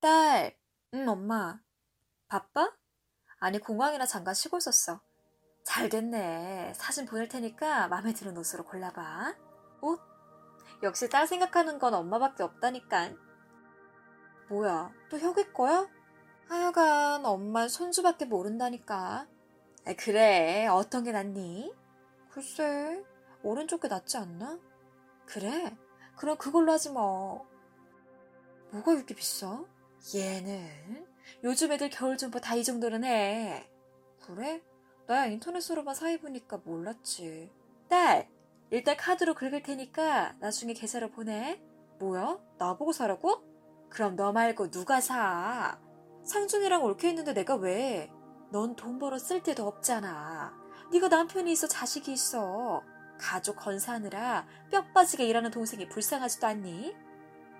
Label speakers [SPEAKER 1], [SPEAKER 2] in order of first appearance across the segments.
[SPEAKER 1] 딸, 응, 엄마. 바빠? 아니, 공항이라 잠깐 쉬고 있었어. 잘 됐네. 사진 보낼 테니까 마음에 드는 옷으로 골라봐. 옷? 역시 딸 생각하는 건 엄마밖에 없다니까. 뭐야, 또 혁이 거야? 하여간 엄만 손주밖에 모른다니까. 아, 그래, 어떤 게 낫니? 글쎄, 오른쪽 게 낫지 않나? 그래, 그럼 그걸로 하지 뭐. 뭐가 이렇게 비싸? 얘는 요즘 애들 겨울 점퍼 다 이 정도는 해. 그래? 나야 인터넷으로만 사 입으니까 몰랐지. 딸, 일단 카드로 긁을 테니까 나중에 계좌로 보내. 뭐야? 나보고 사라고? 그럼 너 말고 누가 사? 상준이랑 옳게 했는데 내가 왜? 넌 돈 벌어 쓸 데도 없잖아. 네가 남편이 있어 자식이 있어. 가족 건사하느라 뼈 빠지게 일하는 동생이 불쌍하지도 않니?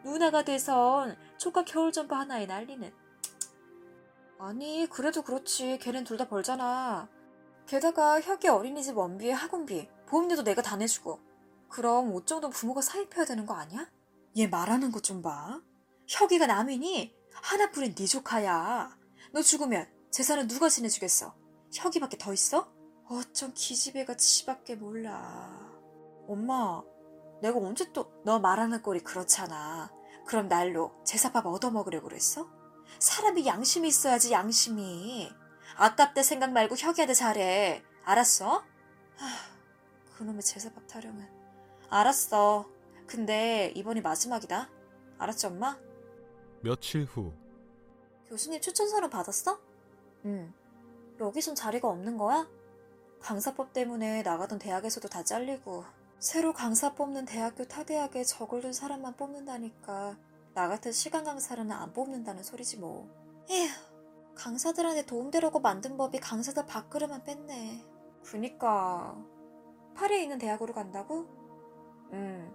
[SPEAKER 1] 누나가 돼선 조카 겨울 점퍼 하나에 난리는. 아니 그래도 그렇지 걔는 둘 다 벌잖아. 게다가 혁이 어린이집 원비에 학원비, 보험료도 내가 다 내주고. 그럼 옷 정도 부모가 사입혀야 되는 거 아니야? 얘 말하는 것 좀 봐. 혁이가 남이니 하나뿐인 네 조카야. 너 죽으면 재산은 누가 지내주겠어? 혁이밖에 더 있어? 어쩜 기집애가 지밖에 몰라. 엄마, 내가 언제 또 너 말하는 꼴이 그렇잖아. 그럼 날로 제사밥 얻어먹으려고 그랬어? 사람이 양심이 있어야지 양심이. 아깝다 생각 말고 혁이한테 잘해. 알았어? 하, 그놈의 제사밥 타령은. 알았어. 근데 이번이 마지막이다. 알았지 엄마?
[SPEAKER 2] 며칠 후
[SPEAKER 1] 교수님 추천서는 받았어? 응. 여기선 자리가 없는 거야? 강사법 때문에 나가던 대학에서도 다 잘리고 새로 강사 뽑는 대학교 타대학에 적을 둔 사람만 뽑는다니까 나 같은 시간 강사는 안 뽑는다는 소리지 뭐. 에휴, 강사들한테 도움되려고 만든 법이 강사들 밥그릇만 뺐네. 그니까 파리에 있는 대학으로 간다고? 응.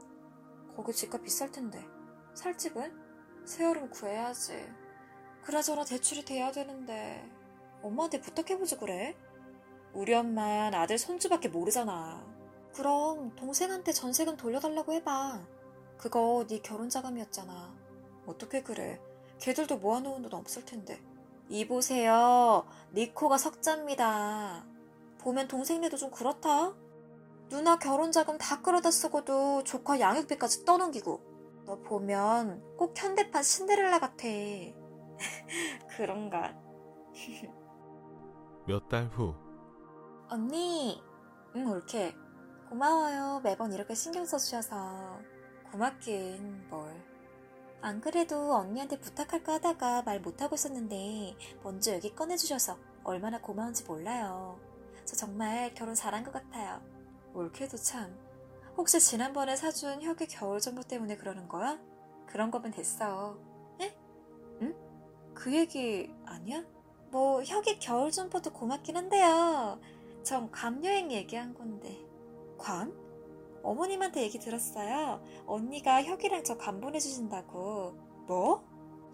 [SPEAKER 1] 거기 집값 비쌀 텐데 살 집은 새여름 구해야지. 그나저나 대출이 돼야 되는데 엄마한테 부탁해보지 그래? 우리 엄만 아들 손주밖에 모르잖아. 그럼 동생한테 전세금 돌려달라고 해봐. 그거 네 결혼 자금이었잖아. 어떻게 그래? 걔들도 모아놓은 돈 없을 텐데. 이 보세요. 네 니코가 석자입니다. 보면 동생네도 좀 그렇다. 누나 결혼 자금 다 끌어다 쓰고도 조카 양육비까지 떠넘기고. 너 보면 꼭 현대판 신데렐라 같아. 그런가.
[SPEAKER 2] 몇 달 후
[SPEAKER 1] 언니, 응, 올케. 고마워요. 매번 이렇게 신경 써주셔서. 고맙긴, 뭘. 안 그래도 언니한테 부탁할까 하다가 말 못하고 있었는데, 먼저 여기 꺼내주셔서 얼마나 고마운지 몰라요. 저 정말 결혼 잘한 것 같아요. 올케도 참. 혹시 지난번에 사준 혁의 겨울 정보 때문에 그러는 거야? 그런 거면 됐어. 에? 응? 그 얘기 아니야? 뭐 혁이 겨울 점퍼도 고맙긴 한데요. 전 괌여행 얘기한 건데. 괌? 어머님한테 얘기 들었어요. 언니가 혁이랑 저 괌 보내주신다고. 뭐?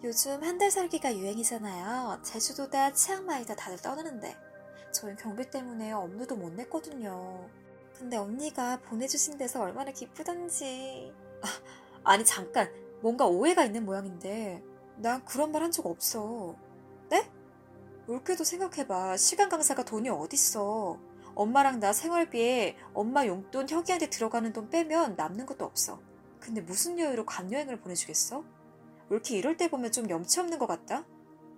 [SPEAKER 1] 요즘 한 달 살기가 유행이잖아요. 제주도다 치앙마이다 다들 떠나는데. 저희 경비 때문에 업무도 못 냈거든요. 근데 언니가 보내주신 데서 얼마나 기쁘던지. 아, 아니 잠깐. 뭔가 오해가 있는 모양인데. 난 그런 말 한 적 없어. 네? 올케도 생각해봐. 시간 강사가 돈이 어딨어. 엄마랑 나 생활비에 엄마 용돈 혁이한테 들어가는 돈 빼면 남는 것도 없어. 근데 무슨 여유로 간여행을 보내주겠어? 올케 이럴 때 보면 좀 염치 없는 것 같다?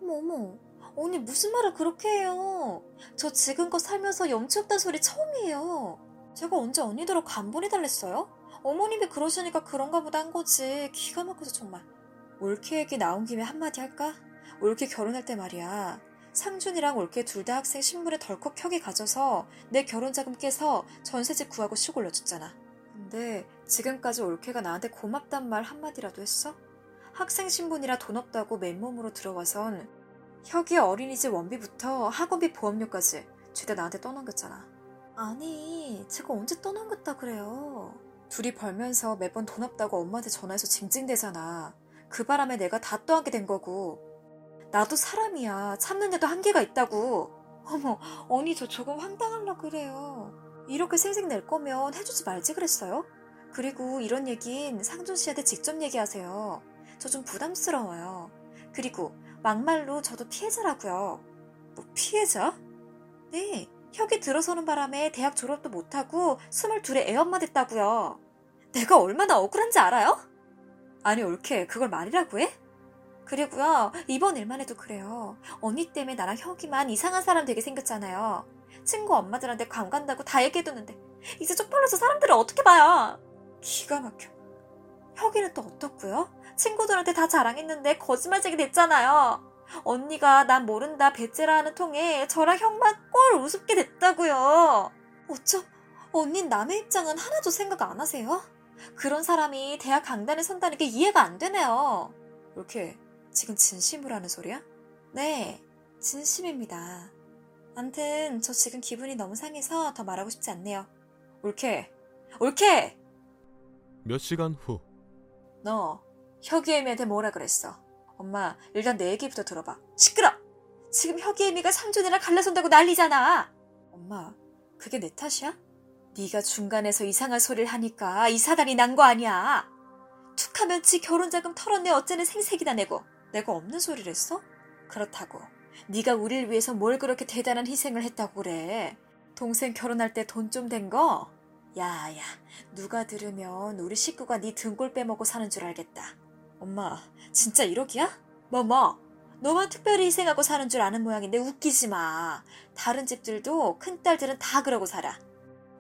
[SPEAKER 1] 어머, 어머. 언니 무슨 말을 그렇게 해요? 저 지금껏 살면서 염치 없단 소리 처음이에요. 제가 언제 언니들하고 간 보내달랬어요? 어머님이 그러시니까 그런가 보다 한 거지. 기가 막혀서 정말. 올케 얘기 나온 김에 한마디 할까? 올케 결혼할 때 말이야. 상준이랑 올케 둘 다 학생 신분에 덜컥 혁이 가져서 내 결혼 자금 깨서 전세집 구하고 시골넣줬잖아 근데 지금까지 올케가 나한테 고맙단 말 한마디라도 했어? 학생 신분이라 돈 없다고 맨몸으로 들어와선 혁이 어린이집 원비부터 학원비 보험료까지 죄다 나한테 떠넘겼잖아. 아니, 제가 언제 떠넘겼다 그래요? 둘이 벌면서 매번 돈 없다고 엄마한테 전화해서 징징대잖아. 그 바람에 내가 다 떠안게 된 거고. 나도 사람이야. 참는데도 한계가 있다고. 어머, 언니 저 조금 황당하려 그래요. 이렇게 생색 낼 거면 해주지 말지 그랬어요? 그리고 이런 얘긴 상준 씨한테 직접 얘기하세요. 저 좀 부담스러워요. 그리고 막말로 저도 피해자라고요. 뭐 피해자? 네, 혁이 들어서는 바람에 대학 졸업도 못하고 22에 애엄마 됐다고요. 내가 얼마나 억울한지 알아요? 아니 옳게 그걸 말이라고 해? 그리고요 이번 일만 해도 그래요. 언니 때문에 나랑 혁이만 이상한 사람 되게 생겼잖아요. 친구 엄마들한테 관 간다고 다 얘기해뒀는데 이제 쪽팔려서 사람들을 어떻게 봐요? 기가 막혀. 혁이는 또 어떻고요? 친구들한테 다 자랑했는데 거짓말쟁이 됐잖아요. 언니가 난 모른다 배째라 하는 통에 저랑 형만 꼴 우습게 됐다고요. 어쩜 언닌 남의 입장은 하나도 생각 안 하세요? 그런 사람이 대학 강단에 선다는 게 이해가 안 되네요. 이렇게 지금 진심으로 하는 소리야? 네, 진심입니다. 암튼 저 지금 기분이 너무 상해서 더 말하고 싶지 않네요. 올케, 올케!
[SPEAKER 2] 몇 시간 후,
[SPEAKER 1] 너 혁이애미한테 뭐라 그랬어? 엄마 일단 내 얘기부터 들어봐 시끄러! 지금 혁이애미가 상준이랑 갈라선다고 난리잖아 엄마 그게 내 탓이야? 네가 중간에서 이상한 소리를 하니까 이 사단이 난 거 아니야 툭하면 지 결혼자금 털어내 어쩌는 생색이나 내고 내가 없는 소리를 했어? 그렇다고 네가 우리를 위해서 뭘 그렇게 대단한 희생을 했다고 그래 동생 결혼할 때 돈 좀 된 거? 야야 누가 들으면 우리 식구가 네 등골 빼먹고 사는 줄 알겠다. 엄마, 진짜 이러기야? 뭐뭐? 너만 특별히 희생하고 사는 줄 아는 모양인데 웃기지 마. 다른 집들도 큰딸들은 다 그러고 살아.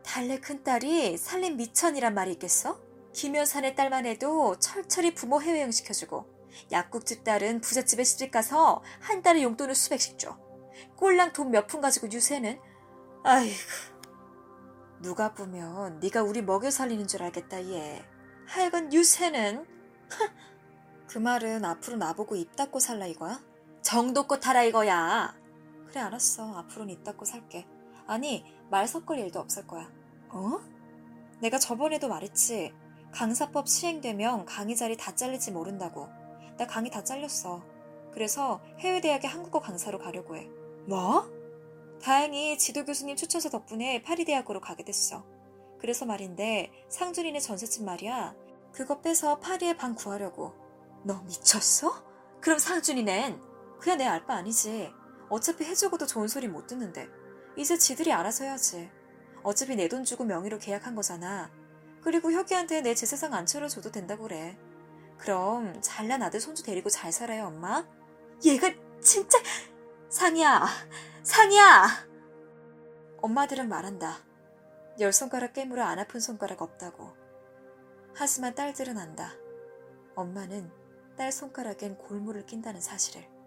[SPEAKER 1] 달래 큰딸이 살림 미천이란 말이 있겠어? 김여산의 딸만 해도 철철이 부모 해외여행 시켜주고 약국집 딸은 부잣집에 시집 가서 한 달에 용돈을 수백씩 줘. 꼴랑 돈 몇 푼 가지고 유세는 아이 누가 보면 네가 우리 먹여 살리는 줄 알겠다 얘. 하여간 유세는 하, 그 말은 앞으로 나보고 입 닫고 살라 이거야? 정도껏 하라 이거야. 그래 알았어. 앞으로는 입 닫고 살게. 아니 말 섞을 일도 없을 거야. 어? 내가 저번에도 말했지. 강사법 시행되면 강의 자리 다 잘릴지 모른다고. 나 강의 다 잘렸어. 그래서 해외 대학에 한국어 강사로 가려고 해. 뭐? 다행히 지도 교수님 추천서 덕분에 파리 대학으로 가게 됐어. 그래서 말인데 상준이네 전세집 말이야. 그거 빼서 파리에 방 구하려고. 너 미쳤어? 그럼 상준이넨 그냥 내 알바 아니지. 어차피 해주고도 좋은 소리 못 듣는데. 이제 지들이 알아서 해야지. 어차피 내 돈 주고 명의로 계약한 거잖아. 그리고 혁이한테 내 제 세상 안처를 줘도 된다고 그래. 그럼 잘난 아들 손주 데리고 잘 살아요, 엄마. 얘가 진짜 상이야. 상이야! 엄마들은 말한다. 열 손가락 깨물어 안 아픈 손가락 없다고. 하지만 딸들은 안다. 엄마는 딸 손가락엔 골무를 낀다는 사실을.